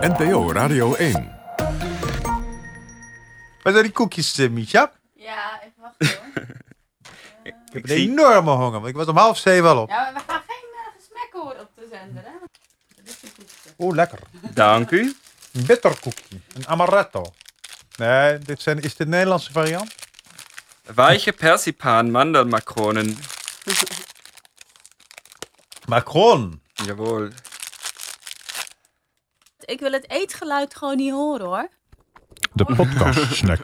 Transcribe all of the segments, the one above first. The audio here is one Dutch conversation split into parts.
NPO Radio 1. Waar zijn die koekjes, eh, Micha? Ja, even wachten hoor. Ik heb Ik een zie- enorme honger, want ik was om half zeven al op. Ja, maar we gaan geen eh, gesmekken horen op de zender, hè? Dit is een koekje. Oh, lekker. Dank u. Een bitterkoekje. Een amaretto. Nee, dit zijn, is dit Nederlandse variant? Weiche Persipan, Mandelmakronen. Macron. Jawohl. Ik wil het eetgeluid gewoon niet horen hoor. De podcast-snack.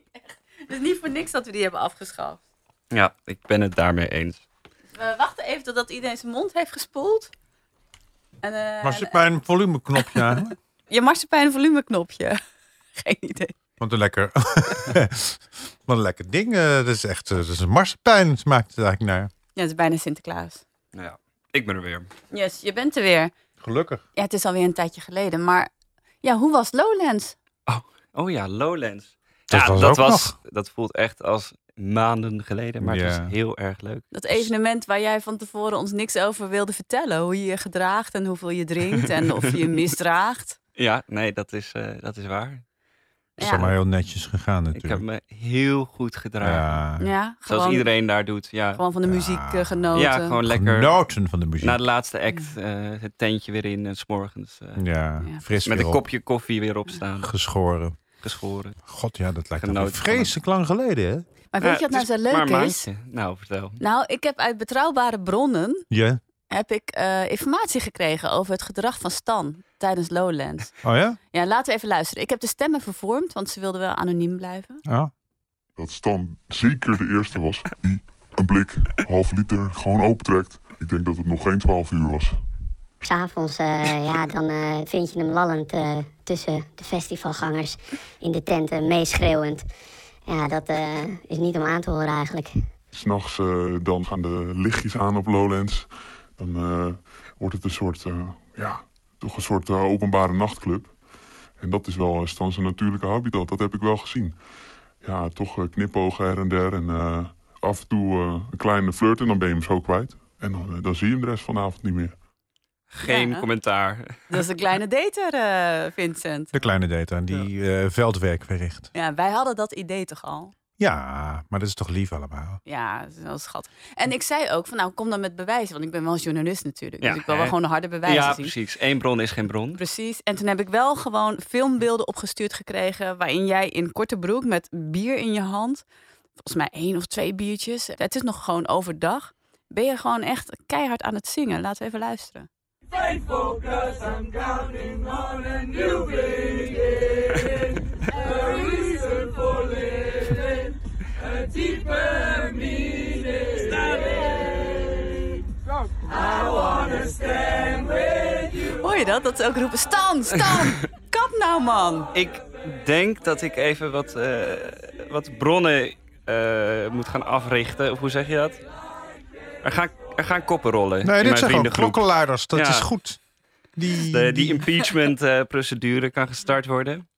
Het is niet voor niks dat we die hebben afgeschaft. Ja, ik ben het daarmee eens. We wachten even totdat iedereen zijn mond heeft gespoeld. En, eh, Maar zit maar een volumeknopje aan. Je marsepein volumeknopje. Geen idee. Wat een lekker... Wat een lekker ding. eh, Dat is echt eh, dat is een marsepein smaakt het eigenlijk naar. Ja, het is bijna Sinterklaas. Nou ja, ik ben er weer. Yes, je bent er weer. Gelukkig. Ja, het is alweer een tijdje geleden, maar ja, hoe was Lowlands? Oh ja, Lowlands. Dat ja, was dat, ook was, nog. dat voelt echt als maanden geleden, maar het Ja. was heel erg leuk. Dat evenement waar jij van tevoren ons niks over wilde vertellen. Hoe je je gedraagt en hoeveel je drinkt en of je je misdraagt. Ja, nee, dat is, eh, dat is waar. Dat is allemaal heel netjes gegaan Ik eh, heb natuurlijk. me heel goed gedragen. Ja. Ja, Zoals gewoon, iedereen daar doet. Ja, gewoon van de muziek eh, genoten. ja gewoon lekker Genoten van de muziek. na de laatste act eh, het tentje weer in en s'morgens eh, Ja, Ja. fris met weer op. een kopje koffie weer opstaan, geschoren. geschoren. God, ja, dat lijkt me Genoten van hem. vreselijk lang geleden, hè? Maar weet je Ja, wat het nou is zo maar leuk een is? maandje. Nou, vertel. Nou, ik heb uit betrouwbare bronnen Ja. heb ik, eh, informatie gekregen over het gedrag van Stan tijdens Lowlands. Oh ja? Ja, laten we even luisteren. Ik heb de stemmen vervormd, want ze wilden wel anoniem blijven. Ja. dat Stan zeker de eerste was die een blik half liter gewoon opentrekt. Ik denk dat het nog geen 12 uur was. S'avonds, eh ja, dan eh, vind je hem lallend eh, tussen de festivalgangers in de tenten, meeschreeuwend. Ja, dat eh, is niet om aan te horen eigenlijk. S'nachts eh dan gaan de lichtjes aan op Lowlands. Dan eh, wordt het een soort, eh, ja, toch een soort eh, openbare nachtclub. En dat is wel eh, Stan zijn natuurlijke habitat, dat heb ik wel gezien. Ja, toch eh, knipogen her en der en eh, af en toe eh, een kleine flirt en dan ben je hem zo kwijt. En dan, eh, dan zie je hem de rest van de avond niet meer. Geen Ja. commentaar. Dat is een kleine dater, eh, Vincent. De kleine data die eh, veldwerk verricht. Ja, wij hadden dat idee toch al? Ja, maar dat is toch lief allemaal. Ja, dat is wel schattig. En ik zei ook van, nou, kom dan met bewijzen. Want ik ben wel journalist natuurlijk. Ja, dus ik wil wel hè? gewoon harde bewijzen Ja, zien. precies. Eén bron is geen bron. Precies. En toen heb ik wel gewoon filmbeelden opgestuurd gekregen. waarin jij in korte broek met bier in je hand. volgens mij één of twee biertjes. Het is nog gewoon overdag. Ben je gewoon echt keihard aan het zingen? Laten we even luisteren. Hoor je dat? Dat ze ook roepen: Stan, Stan! Kap nou, man! Ik denk dat ik even wat, eh, wat bronnen eh, moet gaan africhten. Of hoe zeg je dat? Er gaan, er gaan koppen rollen. Nee, dit in mijn zijn gewoon vriendengroep. klokkenluiders. Dat Ja. is goed. Die, De, die impeachment-procedure kan gestart worden.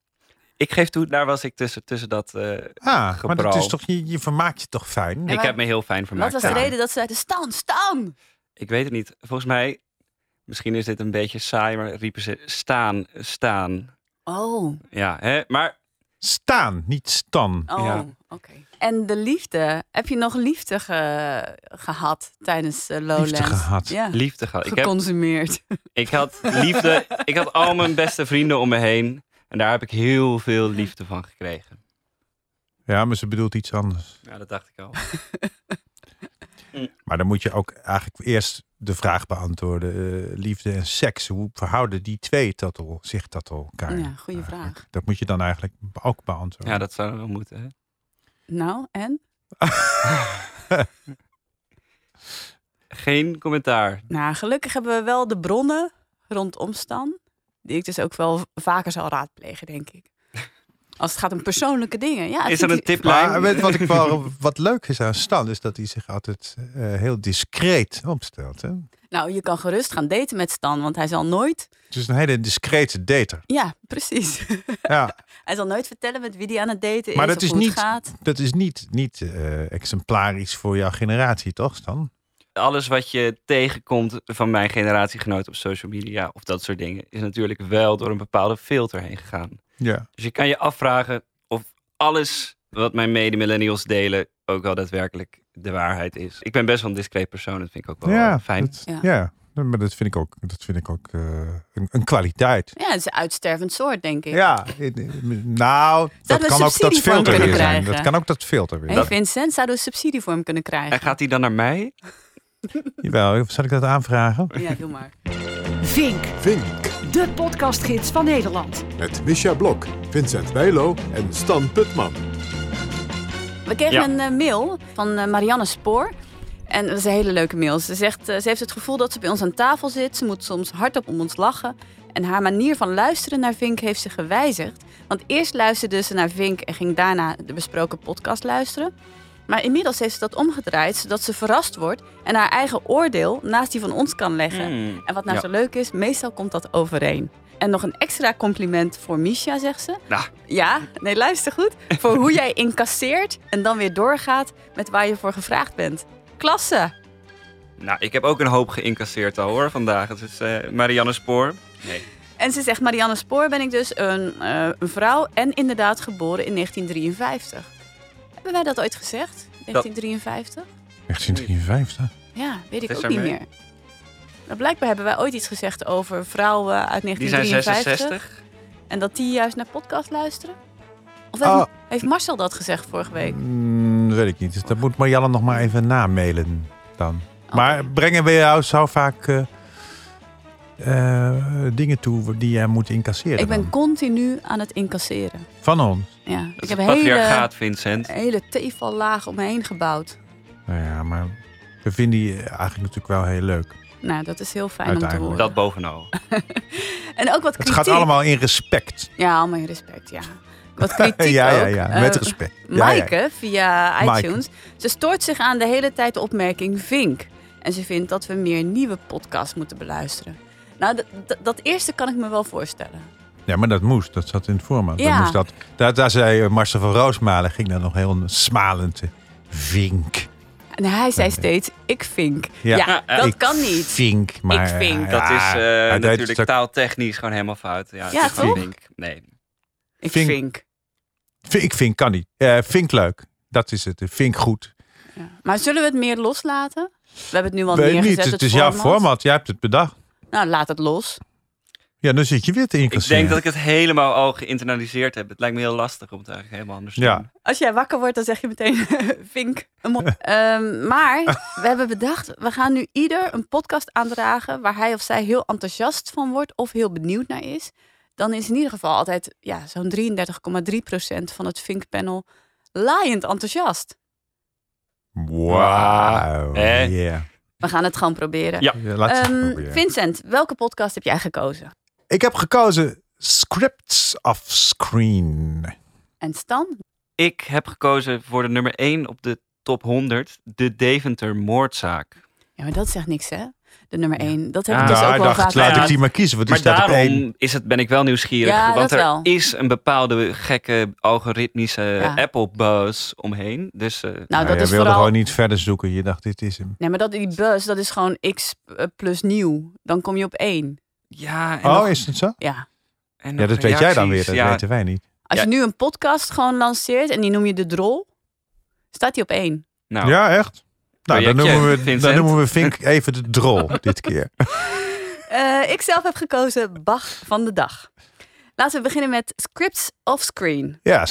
Ik geef toe, daar was ik tussen, tussen dat. eh, ah, maar dat gebrouw. is toch, je, je vermaakt je toch fijn? ik maar- heb me heel fijn Wat vermaakt. was de daar. reden dat ze zeiden: Stan, Stan! Ik weet het niet. Volgens mij, misschien is dit een beetje saai, maar riepen ze staan, staan. Oh, Ja, hè? maar Staan, niet stan. oh, Ja. oké. En de liefde. Heb je nog liefde ge- gehad tijdens eh, Lowlands? gehad. Ja. liefde gehad. Ik, heb, Geconsumeerd. ik had liefde. ik had al mijn beste vrienden om me heen. En daar heb ik heel veel liefde van gekregen. Ja, maar ze bedoelt iets anders. Ja, dat dacht ik al. Maar dan moet je ook eigenlijk eerst de vraag beantwoorden. eh, liefde en seks, hoe verhouden die twee tot al, zich tot elkaar? Ja, goede eigenlijk? vraag. Dat moet je dan eigenlijk ook beantwoorden. Ja, dat zou wel moeten. Hè? Nou, en? Geen commentaar. Nou, gelukkig hebben we wel de bronnen rondom Stan. Die ik dus ook wel vaker zal raadplegen, denk ik. Als het gaat om persoonlijke dingen. Ja, Is dat er een vindt hij- tiplijn? Maar weet, je wat, ik wel, wat leuk is aan Stan, is dat hij zich altijd eh, heel discreet opstelt. Hè? Nou, je kan gerust gaan daten met Stan, want hij zal nooit... Het is een hele discrete dater. Ja, precies. Ja, hij zal nooit vertellen met wie hij aan het daten maar is dat of is hoe niet, het gaat. dat is niet, niet eh, exemplarisch voor jouw generatie, toch Stan? alles wat je tegenkomt van mijn generatiegenoot op social media of dat soort dingen, is natuurlijk wel door een bepaalde filter heen gegaan. Ja. Dus je kan je afvragen of alles wat mijn mede-millennials delen ook wel daadwerkelijk de waarheid is. Ik ben best wel een discreet persoon, dat vind ik ook wel eh, ja, fijn. dat- Ja. ja. maar dat vind ik ook, dat vind ik ook eh, een, een kwaliteit. Ja, het is een uitstervend soort, denk ik. Ja, in- in- nou, dat, we kan ook dat subsidie voor filter kunnen weer zijn. krijgen. Dat kan ook dat filter weer Hey zijn. Vincent, zouden we subsidie voor hem kunnen krijgen? En gaat die dan naar mij? Jawel, zal ik dat aanvragen? Ja, doe maar. Vink, Vink. de podcastgids van Nederland. Met Misha Blok, Vincent Bijlo en Stan Putman. We kregen Ja. een eh, mail van eh, Marianne Spoor. En dat is een hele leuke mail. Ze zegt, eh, ze heeft het gevoel dat ze bij ons aan tafel zit. Ze moet soms hardop om ons lachen. En haar manier van luisteren naar Vink heeft ze gewijzigd. Want eerst luisterde ze naar Vink en ging daarna de besproken podcast luisteren. Maar inmiddels heeft ze dat omgedraaid, zodat ze verrast wordt en haar eigen oordeel naast die van ons kan leggen. En wat nou Hmm. Ja. zo leuk is, meestal komt dat overeen. En nog een extra compliment voor Misha, zegt ze. Nou. Ja, nee, luister goed. Voor hoe jij incasseert en dan weer doorgaat met waar je voor gevraagd bent. Klasse! Nou, ik heb ook een hoop geïncasseerd al hoor vandaag. Het is eh, Marianne Spoor. En ze zegt, Marianne Spoor ben ik dus een, eh, een vrouw en inderdaad geboren in 1953. Hebben wij dat ooit gezegd? 1953? 1953. Ja, weet ik Wat is ook niet daarmee? meer. Nou, blijkbaar hebben wij ooit iets gezegd over vrouwen uit Die zijn 1953. 66. En dat die juist naar podcast luisteren? Of Ah. heeft, heeft Marcel dat gezegd vorige week? Mm, weet ik niet. Dus dat moet Marianne nog maar even namailen dan. Oh, Maar brengen we jou zo vaak eh, eh, dingen toe die jij moet incasseren ik ben dan? continu aan het incasseren. van ons. Ja, Dat ik is heb het hele, patriarchaat, Vincent. hele tevallaag om me heen gebouwd. Nou ja, maar we vinden die eigenlijk natuurlijk wel heel leuk. Nou, dat is heel fijn om te Uiteindelijk. horen. Dat bovenal. En ook wat Het kritiek. gaat allemaal in respect. Eh, Ja, allemaal in respect, ja. Wat kritiek ja, ja, ook. ja. Eh, Met respect. Ja, ja. Maaike via Maaike. iTunes. Ze stoort zich aan de hele tijd de opmerking vink. En ze vindt dat we meer nieuwe podcasts moeten beluisteren. Nou, d- d- dat eerste kan ik me wel voorstellen. Ja, maar dat moest. Dat zat in het format. Ja. Dat moest dat, daar, daar zei eh, Marcel van Roosmalen, ging daar nog heel smalend. eh, Vink. En hij zei steeds, ik vink. Ja, Ja. dat Ik kan niet. Vink, maar... vink. eh, Dat is ja, eh, hij deed natuurlijk het ook- taaltechnisch gewoon helemaal fout. Ja, Ja, het is gewoon toch? vink. Nee. Ik vink. Vink. Vink, vink kan niet. Eh, vink leuk. Dat is het. Vink goed. Ja. Maar zullen we het meer loslaten? We hebben het nu al Weet neergezet, niet, het is jouw format. Jij hebt het bedacht. Nou, laat het los. Ja, dan zit je weer te Ik incasseren. denk dat ik het helemaal al geïnternaliseerd heb. Het lijkt me heel lastig om het eigenlijk helemaal anders te Ja. doen. Als jij wakker wordt, dan zeg je meteen vink. een mop. Ehm, maar we hebben bedacht, we gaan nu ieder een podcast aandragen... waar hij of zij heel enthousiast van wordt of heel benieuwd naar is. Dan is in ieder geval altijd ja, zo'n 33,3% van het vinkpanel laaiend enthousiast. Wauw. Hè? Yeah. We gaan het gewoon proberen. Ja. Ja, laat het Ehm, proberen. Vincent, welke podcast heb jij gekozen? Ik heb gekozen Scripts of Screen. En Stan? Ik heb gekozen voor de nummer 1 op de top 100. De Deventer moordzaak. Ja, maar dat zegt niks, hè? De nummer 1. Dat heb ik Ah. dus nou, ook ik wel dacht, vaak Nou, laat ik gedaan. die maar kiezen, want die Maar staat op één. daarom is het, ben ik wel nieuwsgierig. Ja, want dat er wel. is een bepaalde gekke algoritmische Ja. Apple-buzz omheen. Dus eh, Nou, Nou, dat jij is wilde vooral... gewoon niet verder zoeken. Je dacht, dit is hem. Nee, maar dat, die bus, dat is gewoon x eh, plus nieuw. Dan kom je op 1. ja. En nog- Oh, is het zo? Ja. en Ja, nog dat weet jij dan weer. reacties. Dat Ja, weten wij niet. Als Ja. je nu een podcast gewoon lanceert en die noem je de drol, staat die op 1. nou, Ja, echt? Nou, dan Projectje, noemen, we, dan Vincent. noemen we Vink even de drol dit keer. Eh ik zelf heb gekozen Bach van de dag. Laten we beginnen met scripts off screen. Ja.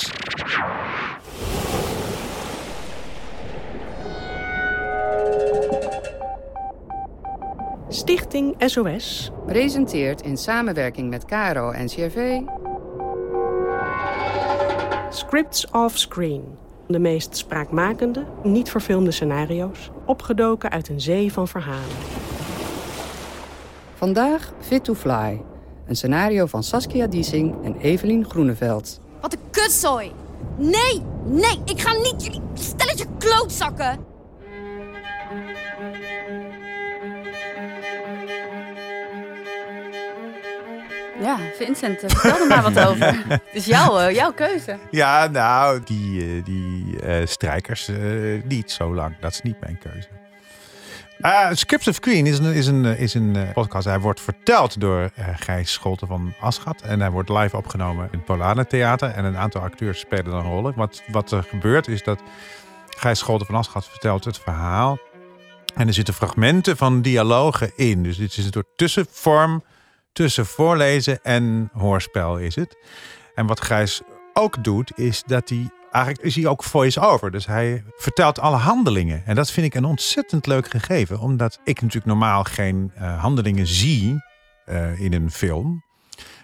Stichting SOS presenteert in samenwerking met Caro en CRV Scripts Off Screen. De meest spraakmakende, niet verfilmde scenario's, opgedoken uit een zee van verhalen. vandaag Fit to Fly. Een scenario van Saskia Diesing en Evelien Groeneveld. Wat een kutzooi. Nee, nee, ik ga niet jullie stelletje klootzakken. Ja, Vincent, eh, vertel er maar wat over. Het is jouw, eh, jouw keuze. Ja, nou, die, eh, die eh, strijkers eh, niet zo lang. Dat is niet mijn keuze. Eh, Scripts of Queen is een, is een, eh, is een eh, podcast. Hij wordt verteld door eh Gijs Scholten van Aschat. En hij wordt live opgenomen in het Polana Theater. En een aantal acteurs spelen dan rollen. Wat, wat er gebeurt is dat Gijs Scholten van Aschat vertelt het verhaal. En er zitten fragmenten van dialogen in. Dus dit is een soort tussenvorm tussen voorlezen en hoorspel is het. En wat Gijs ook doet, is dat hij. Eigenlijk is hij ook voice-over. Dus hij vertelt alle handelingen. En dat vind ik een ontzettend leuk gegeven. Omdat ik natuurlijk normaal geen eh, handelingen zie eh, in een film.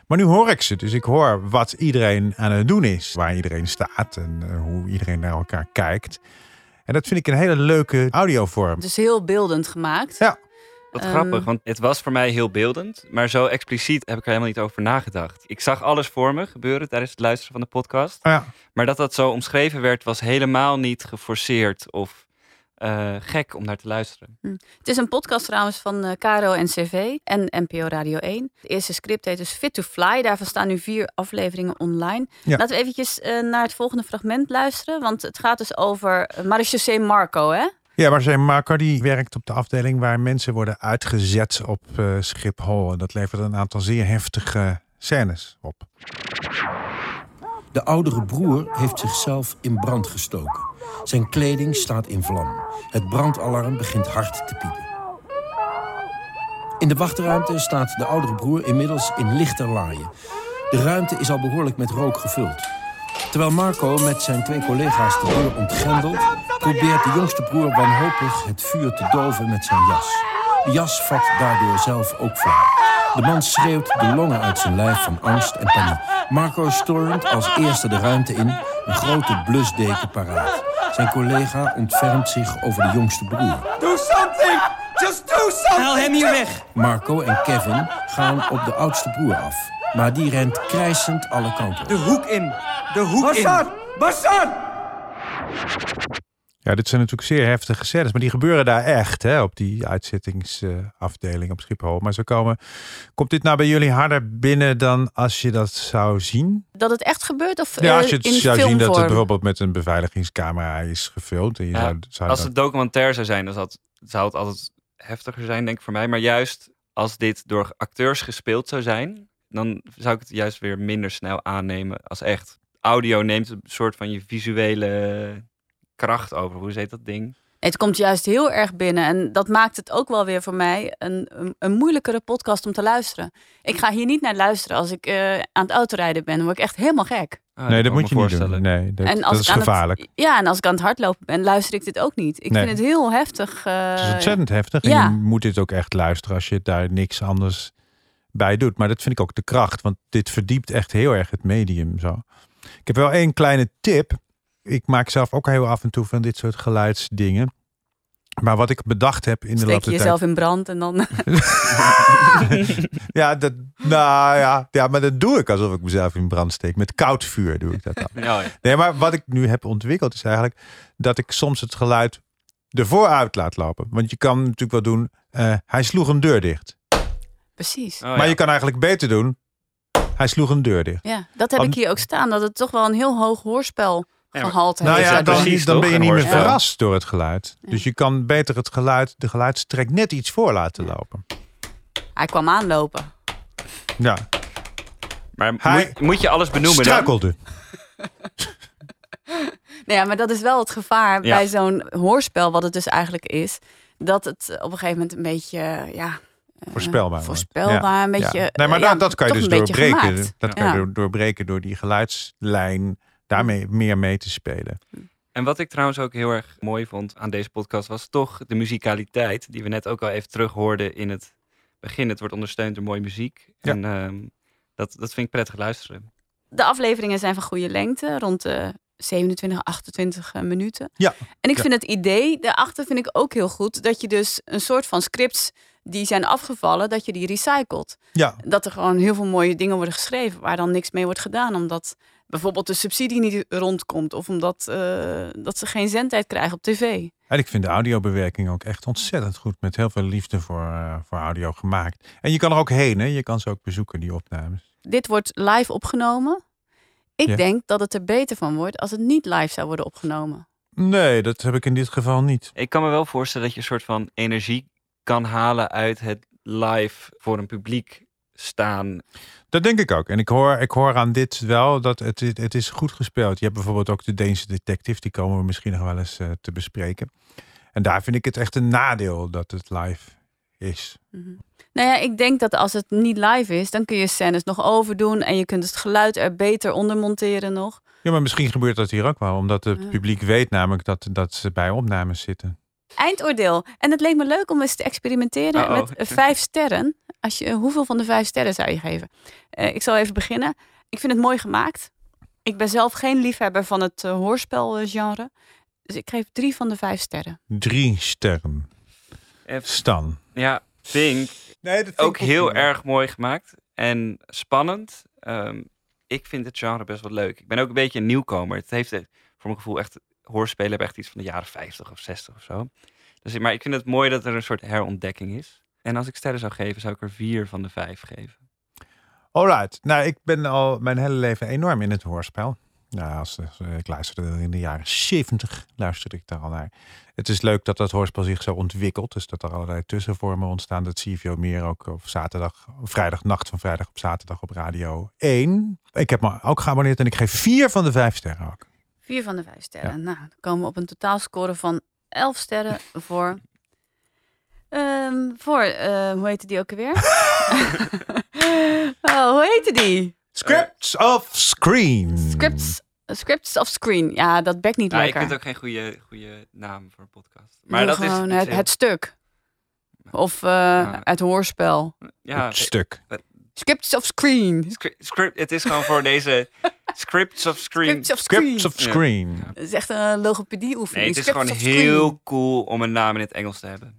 Maar nu hoor ik ze. Dus ik hoor wat iedereen aan het doen is. Waar iedereen staat en eh, hoe iedereen naar elkaar kijkt. En dat vind ik een hele leuke audiovorm. Dus heel beeldend gemaakt. Ja. Wat Ehm, grappig, want het was voor mij heel beeldend, maar zo expliciet heb ik er helemaal niet over nagedacht. Ik zag alles voor me gebeuren tijdens het luisteren van de podcast. Ja. Maar dat dat zo omschreven werd, was helemaal niet geforceerd of eh, gek om naar te luisteren. Het is een podcast trouwens van eh, Caro en CV en NPO Radio 1. Het eerste script heet dus Fit to Fly. Daarvan staan nu vier afleveringen online. Ja. Laten we eventjes eh, naar het volgende fragment luisteren. Want het gaat dus over eh, Marechaussee Marco, hè? Ja, maar zijn maker die werkt op de afdeling waar mensen worden uitgezet op eh, Schiphol. En dat levert een aantal zeer heftige eh, scènes op. De oudere broer heeft zichzelf in brand gestoken. Zijn kleding staat in vlam. Het brandalarm begint hard te piepen. In de wachtruimte staat de oudere broer inmiddels in lichte laaien. De ruimte is al behoorlijk met rook gevuld. Terwijl Marco met zijn twee collega's de deur ontgrendelt, probeert de jongste broer wanhopig het vuur te doven met zijn jas. De jas vat daardoor zelf ook vlak. De man schreeuwt de longen uit zijn lijf van angst en paniek. Marco stormt als eerste de ruimte in, een grote blusdeken paraat. Zijn collega ontfermt zich over de jongste broer. Do something! Just do something! Haal hem hier weg! Marco en Kevin gaan op de oudste broer af. Maar die rent krijsend alle kanten. De hoek in! De hoek Hassan! Hassan! Ja, dit zijn natuurlijk zeer heftige scènes, maar die gebeuren daar echt hè, op die uitzettingsafdeling eh, op Schiphol. Maar zo komen, komt dit nou bij jullie harder binnen dan als je dat zou zien? Dat het echt gebeurt? Of Ja, eh, als je het in zou zien dat het filmvorm? bijvoorbeeld met een beveiligingscamera is gefilmd. En je Ja, zou, zou als dat- het documentair zou zijn, dan zou het, zou het altijd heftiger zijn, denk ik voor mij. Maar juist als dit door acteurs gespeeld zou zijn, dan zou ik het juist weer minder snel aannemen als echt. Audio neemt een soort van je visuele kracht over. Hoe heet dat ding? Het komt juist heel erg binnen. En dat maakt het ook wel weer voor mij een, een, een moeilijkere podcast om te luisteren. Ik ga hier niet naar luisteren als ik eh, aan het autorijden ben. Dan word ik echt helemaal gek. Ah, nee, dat moet je niet doen. Nee, dat, en als dat ik is aan het- gevaarlijk. ja, en als ik aan het hardlopen ben, luister ik dit ook niet. Ik Nee. vind het heel heftig. eh, Het is ontzettend heftig. En ja. je moet dit ook echt luisteren als je daar niks anders bij doet. Maar dat vind ik ook de kracht, want dit verdiept echt heel erg het medium. Zo. Ik heb wel één kleine tip. Ik maak zelf ook heel af en toe van dit soort geluidsdingen. Maar wat ik bedacht heb in de Steek loop je der tijd- jezelf in brand en dan... ja, dat, nou ja, ja, maar dat doe ik alsof ik mezelf in brand steek. Met koud vuur doe ik dat dan. Ja, Oh ja. Nee, maar wat ik nu heb ontwikkeld is eigenlijk dat ik soms het geluid ervoor uit laat lopen. Want je kan natuurlijk wel doen, eh, hij sloeg een deur dicht. Precies. Oh maar je kan eigenlijk beter doen, hij sloeg een deur dicht. Ja, dat heb Want- ik hier ook staan. Dat het toch wel een heel hoog hoorspel gehaald Nou heeft. ja, dan, precies, dan toch? ben je Een niet meer hoorspel. verrast door het geluid. Dus je kan beter het geluid, de geluidstrek net iets voor laten lopen. Hij kwam aanlopen. Ja. Maar Hij moet, moet je alles benoemen struikelde. Nou ja, maar dat is wel het gevaar Ja. bij zo'n hoorspel, wat het dus eigenlijk is. Dat het op een gegeven moment een beetje, eh, ja, Voorspelbaar. wordt. voorspelbaar, een beetje, Nee, maar eh, ja, dat, dat kan je toch dus een beetje doorbreken. gemaakt. Dat kan Ja. je door- doorbreken door die geluidslijn daarmee meer mee te spelen. En wat ik trouwens ook heel erg mooi vond aan deze podcast was toch de muzikaliteit, die we net ook al even terughoorden in het begin. Het wordt ondersteund door mooie muziek. En ehm, dat, dat vind ik prettig luisteren. de afleveringen zijn van goede lengte, rond de 27, 28 minuten. Ja. En ik Ja. vind het idee daarachter vind ik ook heel goed, dat je dus een soort van scripts die zijn afgevallen, dat je die recycelt. Ja. Dat er gewoon heel veel mooie dingen worden geschreven waar dan niks mee wordt gedaan, omdat bijvoorbeeld de subsidie niet rondkomt of omdat eh, dat ze geen zendtijd krijgen op tv. En ik vind de audiobewerking ook echt ontzettend goed. Met heel veel liefde voor, eh, voor audio gemaakt. En je kan er ook heen, hè? Je kan ze ook bezoeken, die opnames. dit wordt live opgenomen. Ik Ja. denk dat het er beter van wordt als het niet live zou worden opgenomen. Nee, dat heb ik in dit geval niet. Ik kan me wel voorstellen dat je een soort van energie kan halen uit het live voor een publiek staan. Dat denk ik ook. En ik hoor, ik hoor aan dit wel dat het, het, het is goed gespeeld. Je hebt bijvoorbeeld ook de Deense detective, die komen we misschien nog wel eens eh, te bespreken. En daar vind ik het echt een nadeel dat het live is. Nou ja, ik denk dat als het niet live is, dan kun je scènes nog overdoen. En je kunt het geluid er beter onder monteren nog. Ja, maar misschien gebeurt dat hier ook wel, omdat het publiek weet namelijk dat, dat ze bij opnames zitten. Eindoordeel. En het leek me leuk om eens te experimenteren Uh-oh. met eh, vijf sterren. Als je, hoeveel van de vijf sterren zou je geven? Eh, ik zal even beginnen. Ik vind het mooi gemaakt. Ik ben zelf geen liefhebber van het eh, hoorspelgenre. Dus ik geef drie van de vijf sterren. Drie sterren. Even- Stan. Ja, Pink. Nee, dat ook heel erg mooi gemaakt en spannend. Ehm, ik vind het genre best wel leuk. Ik ben ook een beetje een nieuwkomer. Het heeft eh, voor mijn gevoel echt hoorspelen hebben echt iets van de jaren 50 of 60 of zo. Dus, maar ik vind het mooi dat er een soort herontdekking is. En als ik sterren zou geven, zou ik er vier van de vijf geven. Alright. Nou, ik ben al mijn hele leven enorm in het hoorspel. Nou, als, als- ik luisterde in de jaren 70, luisterde ik daar al naar. Het is leuk dat dat hoorspel zich zo ontwikkelt. Dus dat er allerlei tussenvormen ontstaan. Dat zie je veel meer ook op zaterdag, vrijdagnacht van vrijdag op zaterdag op radio 1. Ik heb me ook geabonneerd en ik geef vier van de vijf sterren ook. Vier van de vijf sterren. Nou, dan komen we op een totaalscore van elf sterren voor. Ehm, voor, eh, hoe heette die ook alweer? oh, hoe heette die? Scripts Eh. of Screen. Scripts, scripts of Screen. Ja, dat bekt niet Nou, ik lekker. vind het ook geen goede, goede naam voor een podcast. Maar Doe dat is gewoon iets het, heel- het stuk. Of eh, het hoorspel. ja, Het stuk. Scripts of Screen. Scri- Script, het is gewoon voor deze scripts of screen. Scripts of Screen. Scripts of Ja. Screen. Dat is echt een logopedie-oefening. Nee, het is Scripts gewoon of Screen. heel cool om een naam in het Engels te hebben.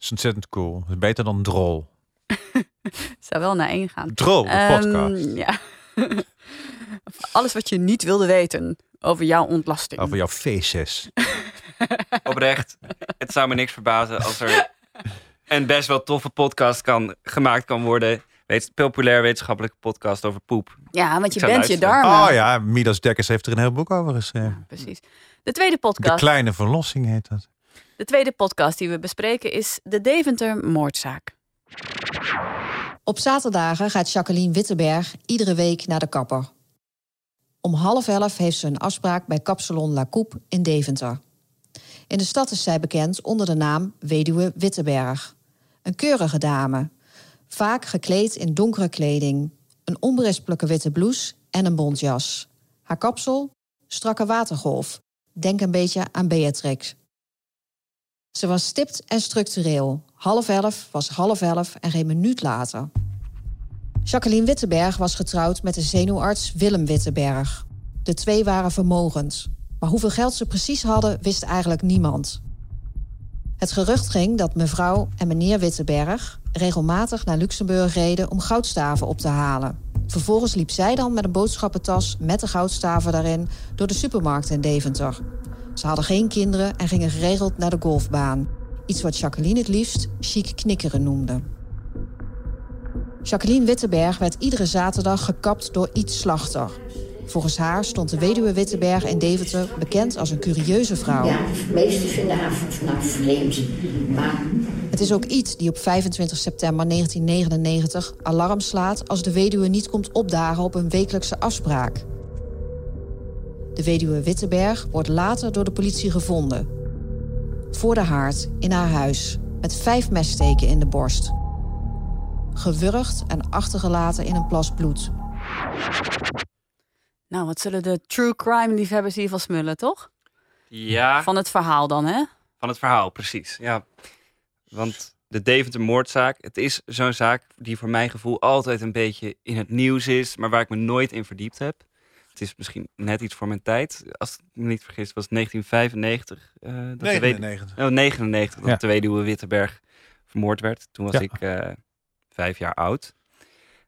is ontzettend cool. Dat is beter dan drol. Zou wel naar één gaan. Drol, de Ehm, podcast. Ja. Alles wat je niet wilde weten over jouw ontlasting. Over jouw feces. Oprecht, het zou me niks verbazen als er een best wel toffe podcast kan, gemaakt kan worden. Weet, populair wetenschappelijke podcast over poep. Ja, want Ik je zou bent je luisteren. darmen. Oh ja, Midas Dekkers heeft er een heel boek over geschreven. Precies. De tweede De podcast. Kleine Verlossing heet dat. De tweede podcast die we bespreken is de Deventer moordzaak. Op zaterdagen gaat Jacqueline Wittenberg iedere week naar de kapper. Om half elf heeft ze een afspraak bij kapsalon La Coupe in Deventer. In de stad is zij bekend onder de naam Weduwe Wittenberg. Een keurige dame, vaak gekleed in donkere kleding, een onberispelijke witte blouse en een bontjas. Haar kapsel? Strakke watergolf. Denk een beetje aan Beatrix. Ze was stipt en structureel. Half elf was half elf en geen minuut later. Jacqueline Wittenberg was getrouwd met de zenuwarts Willem Wittenberg. De twee waren vermogend. Maar hoeveel geld ze precies hadden, wist eigenlijk niemand. Het gerucht ging dat mevrouw en meneer Wittenberg regelmatig naar Luxemburg reden om goudstaven op te halen. Vervolgens liep zij dan met een boodschappentas met de goudstaven daarin door de supermarkt in Deventer. Ze hadden geen kinderen en gingen geregeld naar de golfbaan. Iets wat Jacqueline het liefst chic knikkeren noemde. Jacqueline Wittenberg werd iedere zaterdag gekapt door iets slachter. Volgens haar stond de weduwe Wittenberg in Deventer bekend als een curieuze vrouw. Ja, de meesten vinden haar vanaf vreemd. Maar Het is ook iets die op 25 september 1999 alarm slaat als de weduwe niet komt opdagen op een wekelijkse afspraak. De weduwe Wittenberg wordt later door de politie gevonden. Voor de haard in haar huis, met vijf messteken in de borst. Gewurgd en achtergelaten in een plas bloed. Nou, wat zullen de true crime liefhebbers hiervan smullen, toch? Ja, van, Van het verhaal dan, hè? het verhaal, precies. Ja. Want de Deventer moordzaak, het is zo'n zaak die voor mijn gevoel altijd een beetje in het nieuws is, maar waar ik me nooit in verdiept heb. Het is misschien net iets voor mijn tijd. Als ik me niet vergis, was het 1995. eh, dat de wed- 99. Oh, 99, dat Ja. de weduwe Wittenberg vermoord werd. Toen was Ja. ik eh, vijf jaar oud.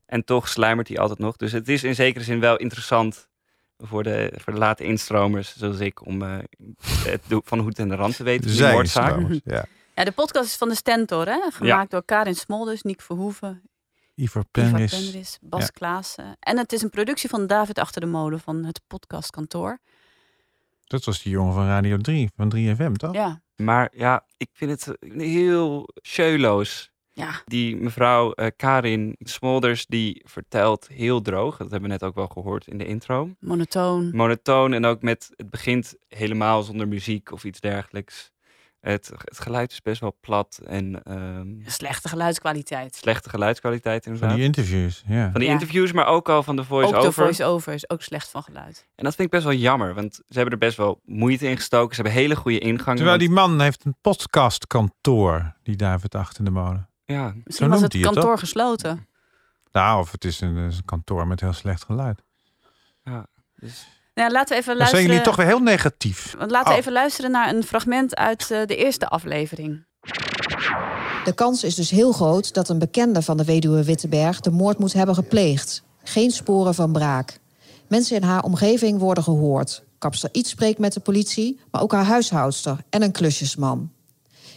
En toch sluimert hij altijd nog. Dus het is in zekere zin wel interessant voor de, voor de late instromers, zoals ik, om eh, het do- van de hoed en de rand te weten. van Die Zij moordzaak. instromers, ja. Ja, de podcast is van de Stentor, hè? Gemaakt door Karin Smolders, Nick Verhoeven, Ivor Ivar Penris. Penris, Bas Ja. Klaassen. En het is een productie van David Achter de Molen van het podcastkantoor. Dat was die jongen van Radio 3, van 3FM, toch? Ja. Maar ja, ik vind het heel showloos. Ja. Die mevrouw eh, Karin Smolders, die vertelt heel droog. Dat hebben we net ook wel gehoord in de intro. Monotoon. Monotoon en ook met, het begint helemaal zonder muziek of iets dergelijks. Het, het geluid is best wel plat en ehm, Slechte geluidskwaliteit. slechte geluidskwaliteit Van inderdaad. die interviews, ja. Van die Ja. interviews, maar ook al van de ook de voice-over. voice-over is ook slecht van geluid. En dat vind ik best wel jammer, want ze hebben er best wel moeite in gestoken. Ze hebben hele goede ingangen. Terwijl die want- man heeft een podcastkantoor, die David Achter de Molen. Ja, Misschien Zo was noemt het hij het, kantoor toch? gesloten. Nou, of het is een, is een kantoor met heel slecht geluid. ja, dus... Nou, laten we even Dan zijn luisteren. jullie toch weer heel negatief. Want laten we Oh. even luisteren naar een fragment uit eh, de eerste aflevering. De kans is dus heel groot dat een bekende van de weduwe Wittenberg de moord moet hebben gepleegd. Geen sporen van braak. Mensen in haar omgeving worden gehoord. Kapster iets spreekt met de politie, maar ook haar huishoudster en een klusjesman.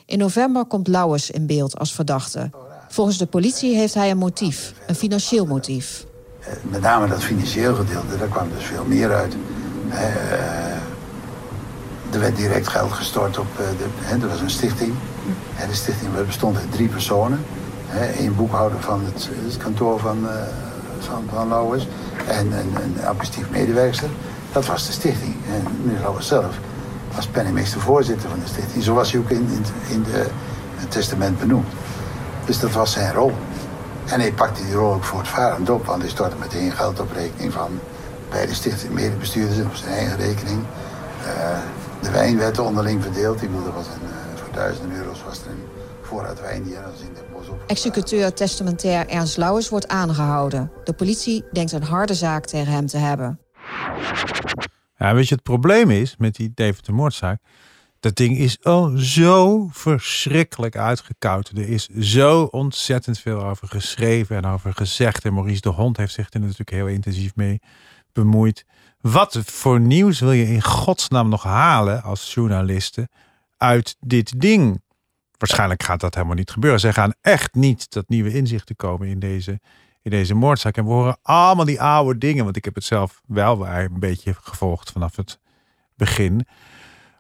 In november komt Lauwers in beeld als verdachte. Volgens de politie heeft hij een motief, een financieel motief. Met name dat financieel gedeelte, daar kwam dus veel meer uit. Eh, er werd direct geld gestort op. eh, de, hè, er was een stichting. En de stichting bestond uit drie personen. Hè, een boekhouder van het, het kantoor van, eh van, van Lauwers en een, een administratief medewerkster. Dat was de stichting. En meneer Lauwers zelf was penningmeester voorzitter van de stichting. Zo was hij ook in, in, in de, het testament benoemd. Dus dat was zijn rol. En hij pakte die rol ook voortvarend op, want hij stortte meteen geld op rekening van bij de stichting medebestuurders op zijn eigen rekening. Eh, de wijn werd onderling verdeeld. Ik bedoel, er was een, eh, voor duizenden euro's was er een voorraad wijn die ergens in de bos op. Executeur testamentair Ernst Lauwers wordt aangehouden. De politie denkt een harde zaak tegen hem te hebben. Ja, weet je, het probleem is met die David de Moordzaak. Dat ding is al zo verschrikkelijk uitgekoud. Er is zo ontzettend veel over geschreven en over gezegd. En Maurice de Hond heeft zich er natuurlijk heel intensief mee bemoeid. Wat voor nieuws wil je in godsnaam nog halen als journalisten uit dit ding? Waarschijnlijk gaat dat helemaal niet gebeuren. Zij gaan echt niet dat nieuwe inzicht te komen in deze, in deze moordzaak. En we horen allemaal die oude dingen. Want ik heb het zelf wel een beetje gevolgd vanaf het begin.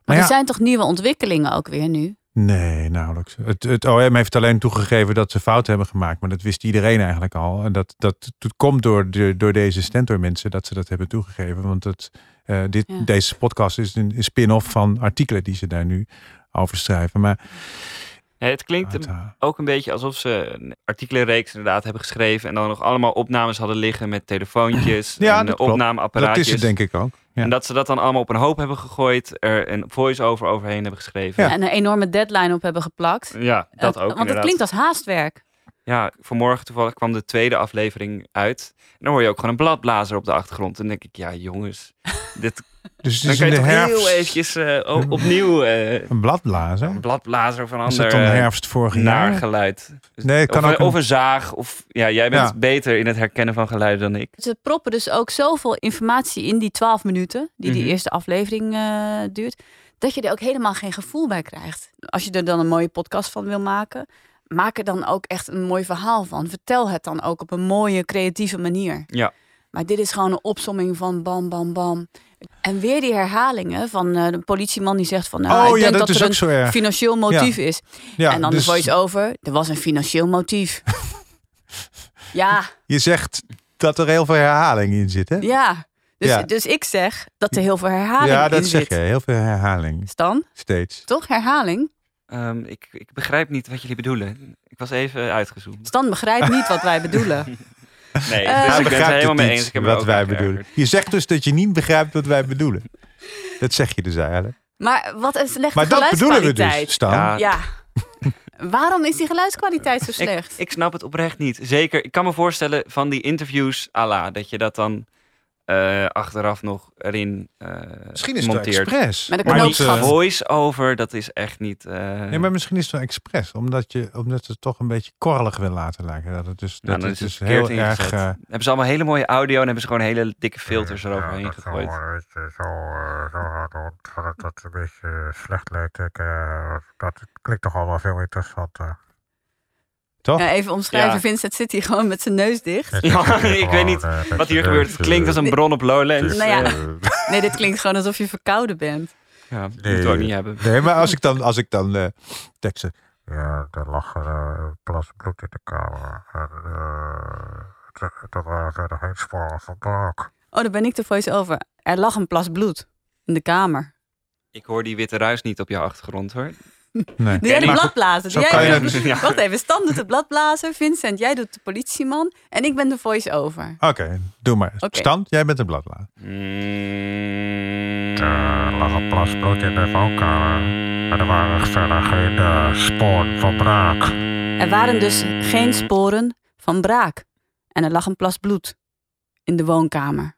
Maar ja, er zijn toch nieuwe ontwikkelingen ook weer nu? Nee, nauwelijks. Het, het OM heeft alleen toegegeven dat ze fouten hebben gemaakt. Maar dat wist iedereen eigenlijk al. En dat, dat, dat komt door, de, door deze stentor mensen dat ze dat hebben toegegeven. Want het, eh, dit, Ja. deze podcast is een, een spin-off van artikelen die ze daar nu over schrijven. Maar Ja, het klinkt een- ook een beetje alsof ze een artikelenreeks inderdaad hebben geschreven. En dan nog allemaal opnames hadden liggen met telefoontjes Ja, en dat eh, klopt. opnameapparaatjes. Dat is het denk ik ook. Ja. En dat ze dat dan allemaal op een hoop hebben gegooid. Er een voice-over overheen hebben geschreven. En een enorme deadline op hebben geplakt. Ja, dat ook Eh, Want het inderdaad. klinkt als haastwerk. Ja, vanmorgen toevallig kwam de tweede aflevering uit. En dan hoor je ook gewoon een bladblazer op de achtergrond. En dan denk ik, ja jongens, dit... Dus dan het is kan in de je toch herfst. heel eventjes eh, o- opnieuw eh, Een bladblazer. een bladblazer van Is ander... dat dan eh, herfst vorig jaar? Naar geluid. Dus- Nee, het kan of, ook een, een- of een zaag. Of, ja, jij bent Ja. beter in het herkennen van geluiden dan ik. Ze proppen dus ook zoveel informatie in die 12 minuten, die die Mhm. eerste aflevering eh, duurt, dat je er ook helemaal geen gevoel bij krijgt. Als je er dan een mooie podcast van wil maken, maak er dan ook echt een mooi verhaal van. Vertel het dan ook op een mooie, creatieve manier. Ja. Maar dit is gewoon een opsomming van bam, bam, bam. En weer die herhalingen van eh, de politieman die zegt van... Nou, Oh ik ja, denk dat dat, is er ook een zo erg. financieel motief Ja. is. Ja, en dan dus- de voice-over, er was een financieel motief. ja, Je zegt dat er heel veel herhaling in zit, hè? ja. Dus, Ja. dus ik zeg dat er heel veel herhaling Ja, in dat zit. zeg je. Heel veel herhaling. Dan, Steeds. toch? Herhaling? Ehm, ik, ik begrijp niet wat jullie bedoelen. Ik was even uitgezoomd. Stan begrijpt niet wat wij bedoelen. Eh, Nee, dus Hij ik ben het begrijpt helemaal het mee niet, eens. Ik heb me wat ook wij aan bedoelen. geërgerd. Je zegt dus dat je niet begrijpt wat wij bedoelen. Dat zeg je dus eigenlijk. Maar wat een slechte Maar dat bedoelen we geluidskwaliteit. dus, Stan. Ja. Ja. Waarom is die geluidskwaliteit zo Ik, slecht? ik snap het oprecht niet. Zeker, ik kan me voorstellen van die interviews à la, dat je dat dan eh, achteraf nog erin eh Misschien is het wel monteert. expres. Met een maar die knoopsgat. voice-over, dat is echt niet... eh, Nee, maar misschien is het wel expres. Omdat, je, omdat ze het toch een beetje korrelig wil laten lijken. Dat het dus, nou, dat dan het is het dus heel verkeerd erg... ingezet. eh, Dan hebben ze allemaal hele mooie audio en hebben ze gewoon hele dikke filters eroverheen gegooid. Zo, eh, zo, eh, zo gaat het, dat het een beetje slecht lijkt. Ik, eh, dat klinkt toch allemaal veel eh. interessanter. Toch? Ja, even omschrijven, Ja. Vincent zit hier gewoon met zijn neus dicht. Ja, eh, dus, ik weet niet wat hier gebeurt. Het klinkt als een bron op Lowlands. Nou ja. Eh, Nee, dit klinkt gewoon alsof je verkouden bent. Ja, dat moeten we ook niet hebben. Nee, maar als ik dan, als ik dan eh teksten. Ja, er lag een eh, plas bloed in de kamer. En eh, er- er waren geen sporen van bloed. Oh, daar ben ik de voice-over. Er lag een plas bloed in de kamer. Ik hoor die witte ruis niet op jouw achtergrond hoor. Nee. Doe jij de bladblazer? Doe Zo kan jij je de- het- ja. Wacht even, Stan doet de bladblazer. Vincent, jij doet de politieman. En ik ben de voice-over. Oké, doe maar. Oké. Stand, jij bent een bladla. Er eh, lag een plas bloed in de woonkamer. En er waren verder geen eh, sporen van braak. Er waren dus Mm. geen sporen van braak. En er lag een plas bloed in de woonkamer.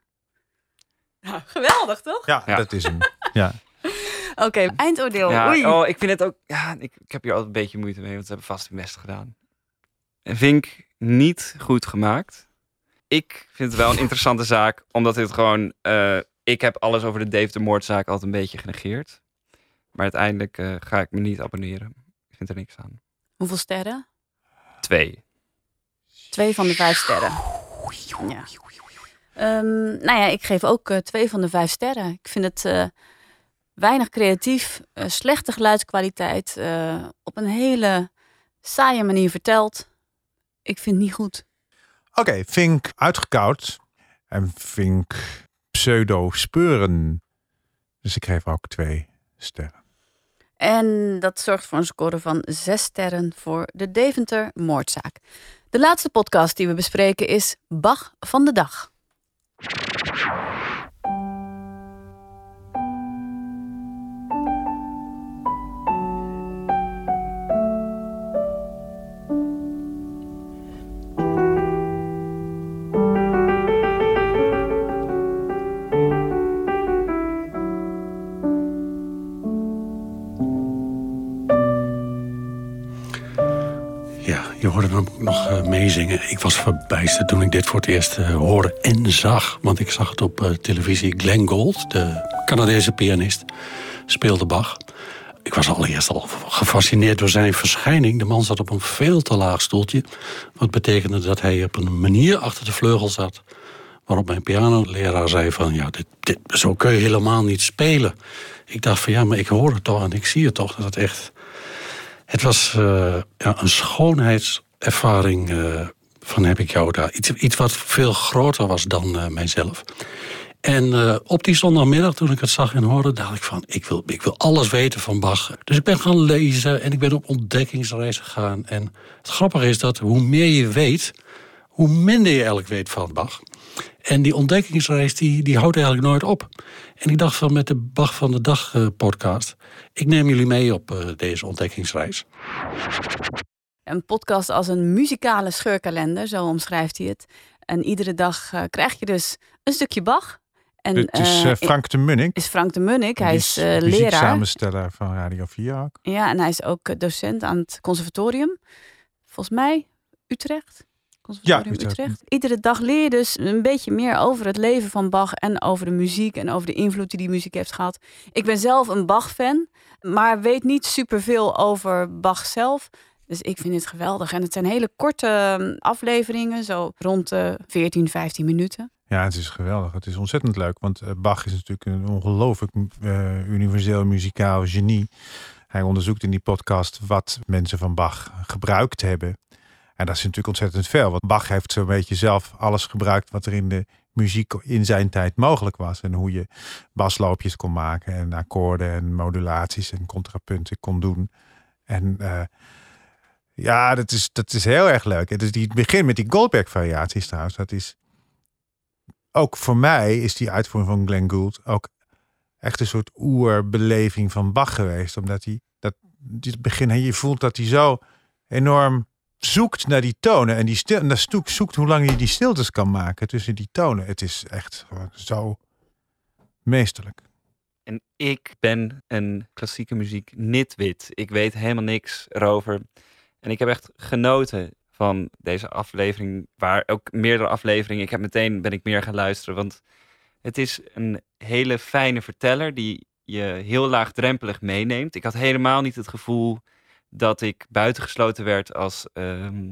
Nou, geweldig toch? Ja, dat is hem. Ja. Oké, eindoordeel. Ja, Oei. oh, ik vind het ook. Ja, ik, ik heb hier altijd een beetje moeite mee, want ze hebben vast hun best gedaan. En Vink niet goed gemaakt. Ik vind het wel een interessante zaak, omdat dit gewoon. eh, ik heb alles over de Dave de Moordzaak altijd een beetje genegeerd. Maar uiteindelijk eh, ga ik me niet abonneren. Ik vind er niks aan. Hoeveel sterren? Twee. Twee van de vijf sterren. Ja. Ehm, nou ja, ik geef ook eh, twee van de vijf sterren. Ik vind het eh, weinig creatief, eh, slechte geluidskwaliteit, eh, op een hele saaie manier verteld. Ik vind het niet goed. Oké, Vink uitgekoud. En Vink pseudo-speuren. Dus ik geef ook twee sterren. En dat zorgt voor een score van zes sterren voor de Deventer moordzaak. De laatste podcast die we bespreken is Bach van de Dag. Ja, je hoorde hem ook nog eh, meezingen. Ik was verbijsterd toen ik dit voor het eerst eh, hoorde en zag. Want ik zag het op eh, televisie. Glenn Gould, de Canadese pianist, speelde Bach. Ik was allereerst al gefascineerd door zijn verschijning. De man zat op een veel te laag stoeltje. Wat betekende dat hij op een manier achter de vleugel zat... waarop mijn pianoleraar zei van... ja, dit, dit, zo kun je helemaal niet spelen. Ik dacht van ja, maar ik hoor het toch en ik zie het toch. Dat het echt het was eh, ja, een schoonheidservaring eh, van heb ik jou daar. Iets, iets wat veel groter was dan eh, mijzelf. En eh, op die zondagmiddag, toen ik het zag en hoorde, dacht ik van... Ik wil, ik wil alles weten van Bach. Dus ik ben gaan lezen en ik ben op ontdekkingsreis gegaan. En het grappige is dat hoe meer je weet... hoe minder je eigenlijk weet van Bach. En die ontdekkingsreis die, die houdt eigenlijk nooit op. En ik dacht van met de Bach van de Dag eh, podcast... ik neem jullie mee op eh, deze ontdekkingsreis. Een podcast als een muzikale scheurkalender, zo omschrijft hij het. En iedere dag eh, krijg je dus een stukje Bach. En, Dit is eh, eh, Frank de Munnik. Is Frank de Munnik, hij Die is eh, muziek leraar. samensteller van Radio 4 ook. Ja, en hij is ook eh, docent aan het conservatorium. Volgens mij Utrecht. Conservatorium Ja, Utrecht. Iedere dag leer je dus een beetje meer over het leven van Bach en over de muziek en over de invloed die die muziek heeft gehad. Ik ben zelf een Bach-fan, maar weet niet superveel over Bach zelf. Dus ik vind dit geweldig. En het zijn hele korte eh, afleveringen, zo rond de 14, 15 minuten. Ja, het is geweldig. Het is ontzettend leuk. Want eh, Bach is natuurlijk een ongelooflijk eh, universeel muzikaal genie. Hij onderzoekt in die podcast wat mensen van Bach gebruikt hebben. En dat is natuurlijk ontzettend veel. Want Bach heeft zo'n beetje zelf alles gebruikt wat er in de muziek in zijn tijd mogelijk was. En hoe je basloopjes kon maken en akkoorden en modulaties en contrapunten kon doen. En eh, ja, dat is, dat is heel erg leuk. En dus die het begin met die Goldberg-variaties trouwens, dat is ook voor mij is die uitvoering van Glenn Gould ook echt een soort oerbeleving van Bach geweest. Omdat hij dat dit begin, en je voelt dat hij zo enorm zoekt naar die tonen. En die stil, en dat zoek- zoekt hoe lang hij die stiltes kan maken tussen die tonen. Het is echt gewoon zo meesterlijk. En ik ben een klassieke muziek nitwit. Ik weet helemaal niks erover. En ik heb echt genoten van deze aflevering. Waar ook meerdere afleveringen. Ik heb meteen ben ik meer gaan luisteren. Want het is een hele fijne verteller die je heel laagdrempelig meeneemt. Ik had helemaal niet het gevoel dat ik buitengesloten werd als ehm,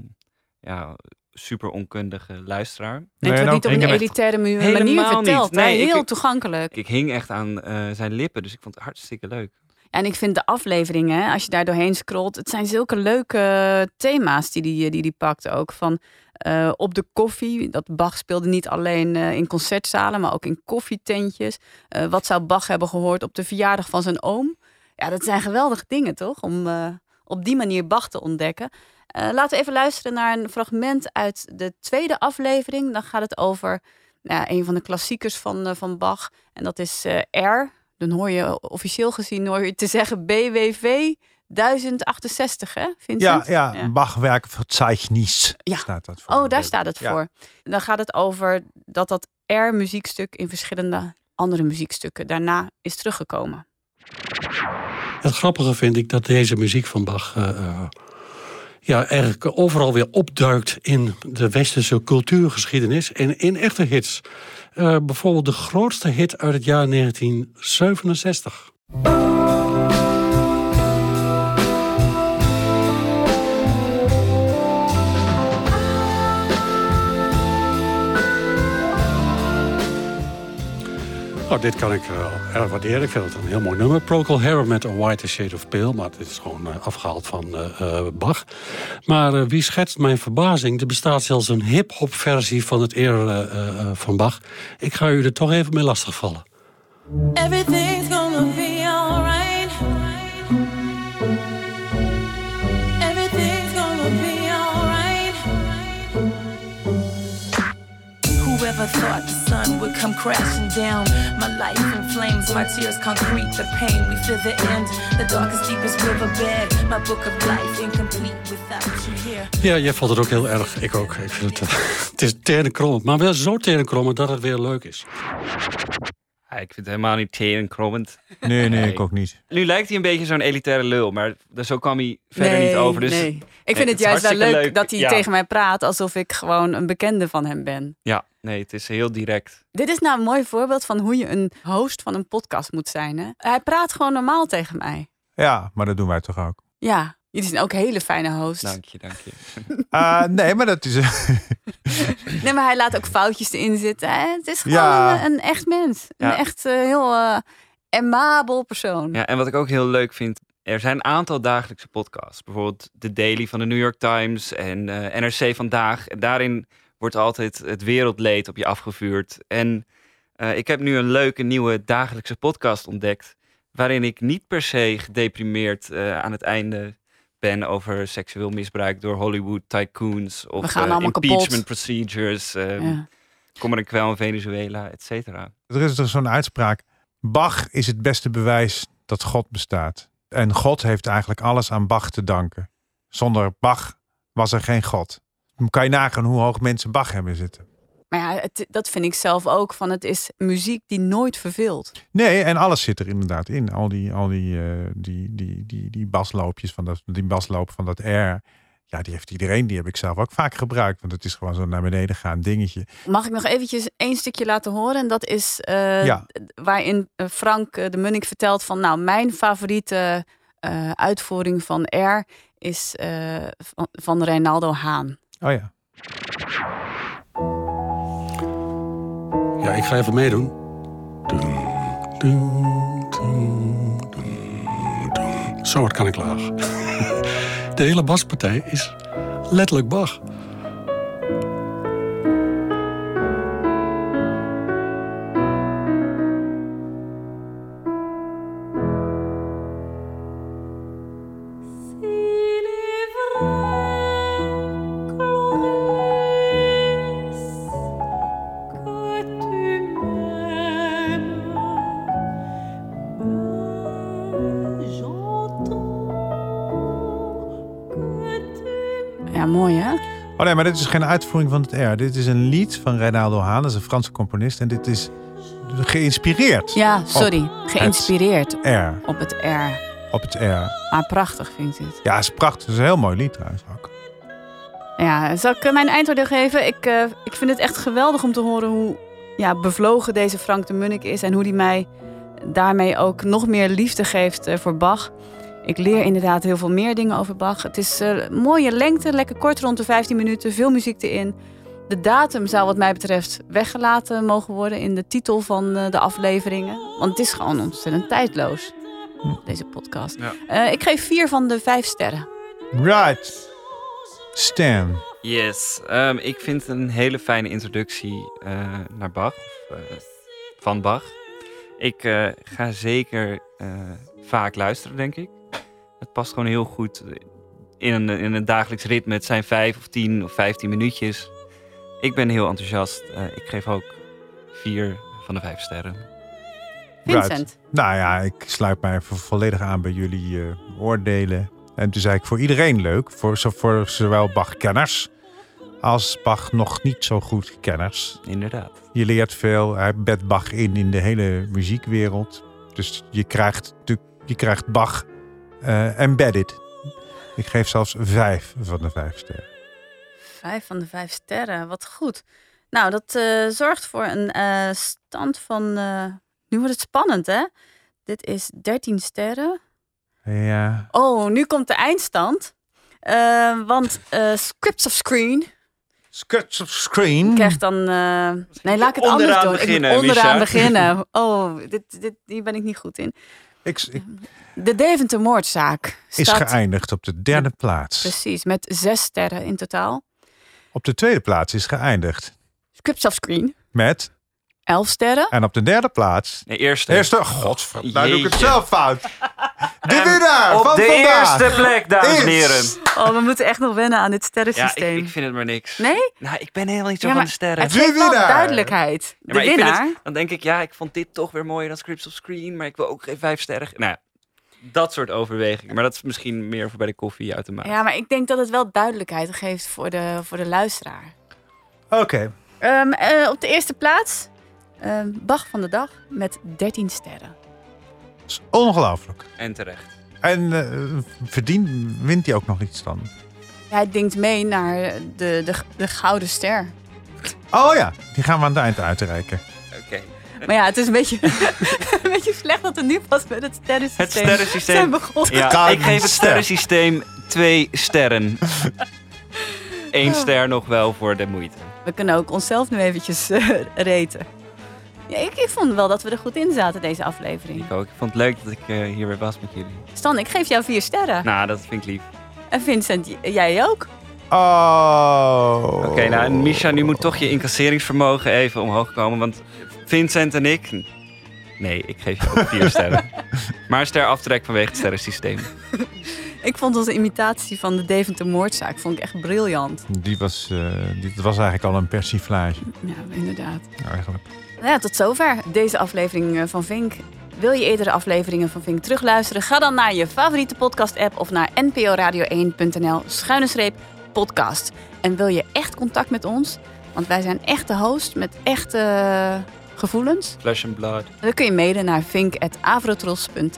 ja, super onkundige luisteraar. Nee, het wordt niet op een elitaire mu- manier Helemaal verteld. niet. hè? Nee, ik- Heel toegankelijk. Ik hing echt aan eh, zijn lippen, dus ik vond het hartstikke leuk. En ik vind de afleveringen, hè, als je daar doorheen scrolt, het zijn zulke leuke thema's die die, die, die pakt ook. Van eh, op de koffie, dat Bach speelde niet alleen eh, in concertzalen, maar ook in koffietentjes. Eh, wat zou Bach hebben gehoord op de verjaardag van zijn oom? Ja, dat zijn geweldige dingen toch, om eh, op die manier Bach te ontdekken. Eh, laten we even luisteren naar een fragment uit de tweede aflevering. Dan gaat het over nou ja, een van de klassiekers van, eh, van Bach. En dat is eh, R. Dan hoor je officieel gezien hoor je te zeggen BWV 1068, hè, Ja, Vincent? ja, Bachwerk verzeichnis staat dat voor. Oh, daar staat het Ja. voor. Dan gaat het over dat dat R-muziekstuk in verschillende andere muziekstukken daarna is teruggekomen. Het grappige vind ik dat deze muziek van Bach eh, eh, ja, eigenlijk overal weer opduikt in de westerse cultuurgeschiedenis en in echte hits. Eh, bijvoorbeeld de grootste hit uit het jaar 1967. Nou, dit kan ik eh, erg waarderen. Ik vind het een heel mooi nummer. Procol Harum met A White Shade of Pale. Maar dit is gewoon eh, afgehaald van eh, eh, Bach. Maar eh, wie schetst mijn verbazing? Er bestaat zelfs een hip-hop versie van het eer eh, eh, eh, van Bach. Ik ga u er toch even mee lastigvallen. Everything's gonna be alright. Everything's gonna be alright. Whoever thought the sun would come crashing down? My life in flames, my tears concrete, the pain we feel the end, the darkest, deepest riverbed. My book of life incomplete without you here. Ja, jij vond het ook heel erg. Ik ook. Ik vind het, eh, het is terenkrommend. Maar wel zo terenkrommend dat het weer leuk is. Ja, Ah, ik vind het helemaal niet terenkrommend. Nee, nee, ik ook niet. Nu lijkt hij een beetje zo'n elitaire lul, maar zo kwam hij verder Nee, niet over. Dus nee. Ik Nee, vind het is juist wel leuk, hartstikke dat hij Ja. tegen mij praat alsof ik gewoon een bekende van hem ben. Ja, nee, het is heel direct. Dit is nou een mooi voorbeeld van hoe je een host van een podcast moet zijn. Hè? Hij praat gewoon normaal tegen mij. Ja, maar dat doen wij toch ook. Ja, jullie zijn ook hele fijne hosts. Dank je, dank je. Eh, nee, maar dat is. Nee, maar hij laat ook foutjes erin zitten. Hè? Het is gewoon eh, Ja. een, een echt mens. Ja. Een echt eh, heel eh amabel persoon. Ja, en wat ik ook heel leuk vind, er zijn een aantal dagelijkse podcasts. Bijvoorbeeld de Daily van de New York Times en eh, NRC Vandaag. En daarin wordt altijd het wereldleed op je afgevuurd. En eh, ik heb nu een leuke nieuwe dagelijkse podcast ontdekt. Waarin ik niet per se gedeprimeerd eh, aan het einde ben over seksueel misbruik door Hollywood tycoons We of gaan eh, allemaal kapot. impeachment procedures. eh, Ja. Kom er een kwel in Venezuela, et cetera. Er is er zo'n uitspraak. Bach is het beste bewijs dat God bestaat. En God heeft eigenlijk alles aan Bach te danken. Zonder Bach was er geen God. Dan kan je nagaan hoe hoog mensen Bach hebben zitten. Maar ja, het- dat vind ik zelf ook. Van het is muziek die nooit verveelt. Nee, en alles zit er inderdaad in. Al die, al die, eh, die, die, die, die basloopjes van dat, die basloop van dat R. Ja, die heeft iedereen. Die heb ik zelf ook vaak gebruikt. Want het is gewoon zo'n naar beneden gaan dingetje. Mag ik nog eventjes één stukje laten horen? En dat is eh, Ja. waarin eh, Frank eh, de Munnik vertelt van... nou, mijn favoriete eh, uitvoering van R is eh, van, van Reinaldo Haan. Oh ja. Ja, ik ga even meedoen. Dum, dum, dum, dum, dum. Zo hard kan ik laag. De hele baspartij is letterlijk Bach. Ja, mooi hè? Oh nee, maar dit is geen uitvoering van het R. Dit is een lied van Reinaldo Haan. Dat is een Franse componist. En dit is geïnspireerd. Ja, sorry. op het Geïnspireerd R. op het R. Op het R. Maar prachtig vind ik dit. Ja, het is prachtig. Het is een heel mooi lied trouwens ook. Ja, zal ik eh, mijn eindoordeel geven? Ik, eh, ik vind het echt geweldig om te horen hoe ja, bevlogen deze Frank de Munnik is. En hoe die mij daarmee ook nog meer liefde geeft eh, voor Bach. Ik leer inderdaad heel veel meer dingen over Bach. Het is eh, mooie lengte, lekker kort, rond de 15 minuten, veel muziek erin. De datum zou wat mij betreft weggelaten mogen worden in de titel van eh, de afleveringen. Want het is gewoon ontzettend tijdloos, deze podcast. Eh, ik geef vier van de vijf sterren. Right. Stan. Yes, ehm, ik vind het een hele fijne introductie eh, naar Bach, of, eh, van Bach. Ik eh, ga zeker eh, vaak luisteren, denk ik. Het past gewoon heel goed in een, in een dagelijks ritme. Het zijn vijf of tien of vijftien minuutjes. Ik ben heel enthousiast. Eh, ik geef ook vier van de vijf sterren. Vincent. Nou ja, ik sluit mij vo- volledig aan bij jullie eh, oordelen. En toen zei ik voor iedereen leuk. Voor, zo- voor zowel Bach-kenners als Bach nog niet zo goed kenners. Inderdaad. Je leert veel. Hij bedt Bach in in de hele muziekwereld. Dus je krijgt, natuurlijk- je krijgt Bach eh, embedded. Ik geef zelfs vijf van de vijf sterren. Vijf van de vijf sterren, wat goed. Nou, dat eh, zorgt voor een eh, stand van. eh, nu wordt het spannend, hè? Dit is 13 sterren. Ja. Oh, nu komt de eindstand. Eh, want eh, Scripts of Screen Scripts of Screen. krijgt dan. eh, nee, laat ik het anders onderaan doen. ik beginnen, moet onderaan Misha. beginnen. Oh, dit, dit, hier ben ik niet goed in. Ik, De Deventer moordzaak Is staat Dus- geëindigd op de derde plaats. precies met zes sterren in totaal. Op de tweede plaats is geëindigd Scripts of Screen, met... elf sterren. En op de derde plaats... De eerste. Eerste, godverdomme, nou doe ik het Jeetje. zelf fout. De winnaar Ehm, op van de vandaag eerste plek, dames en is- heren. Oh, we moeten echt nog wennen aan dit Ja, sterrensysteem. ik, ik vind het maar niks. Nee? Nou, ik ben helemaal niet zo Ja, van maar de sterren. Het geeft wel duidelijkheid. Ja, De maar ik vind winnaar. het- dan denk ik, ja, ik vond dit toch weer mooier dan Scripts of Screen, maar ik wil ook geen vijf sterren. ge- Nou, dat soort overwegingen. Maar dat is misschien meer voor bij de koffie uit de maat. Ja, maar ik denk dat het wel duidelijkheid geeft voor de, voor de luisteraar. Oké. Ehm, eh, op de eerste plaats, ehm, Bach van de Dag met 13 sterren. is Ongelooflijk. En terecht. En eh, verdient, wint hij ook nog iets dan? Hij denkt mee naar de, de, de Gouden Ster. Oh ja, die gaan we aan het eind uitreiken. Oké. Maar ja, het is een beetje, een beetje slecht dat we nu pas met het sterrensysteem, Het sterrensysteem. zijn begonnen. Ja, Kan ik geef ster. het sterrensysteem twee sterren. Eén ster nog wel voor de moeite. We kunnen ook onszelf nu eventjes eh, reten. Ja, ik, ik vond wel dat we er goed in zaten deze aflevering. Nico, ik vond het leuk dat ik eh, hier weer was met jullie. Stan, ik geef jou vier sterren. Nou, dat vind ik lief. En Vincent, j- jij ook. Oh. Oké, Oké, nou, en Misha, nu moet toch je incasseringsvermogen even omhoog komen. Want Vincent en ik. Nee, ik geef je ook vier sterren. Maar een ster aftrek vanwege het sterrensysteem. Ik vond onze imitatie van de Deventer moordzaak vond ik echt briljant. Die was, eh, dit was eigenlijk al een persiflage, Ja, inderdaad. eigenlijk. Nou ja, tot zover deze aflevering eh, van Vink. Wil je eerdere afleveringen van Vink terugluisteren? Ga dan naar je favoriete podcast-app of naar nporadio1.nl schuine streep podcast. En wil je echt contact met ons? Want wij zijn echt de host met echte eh, gevoelens. Flesh and blood. Dan kun je mailen naar vink.avrotros.nl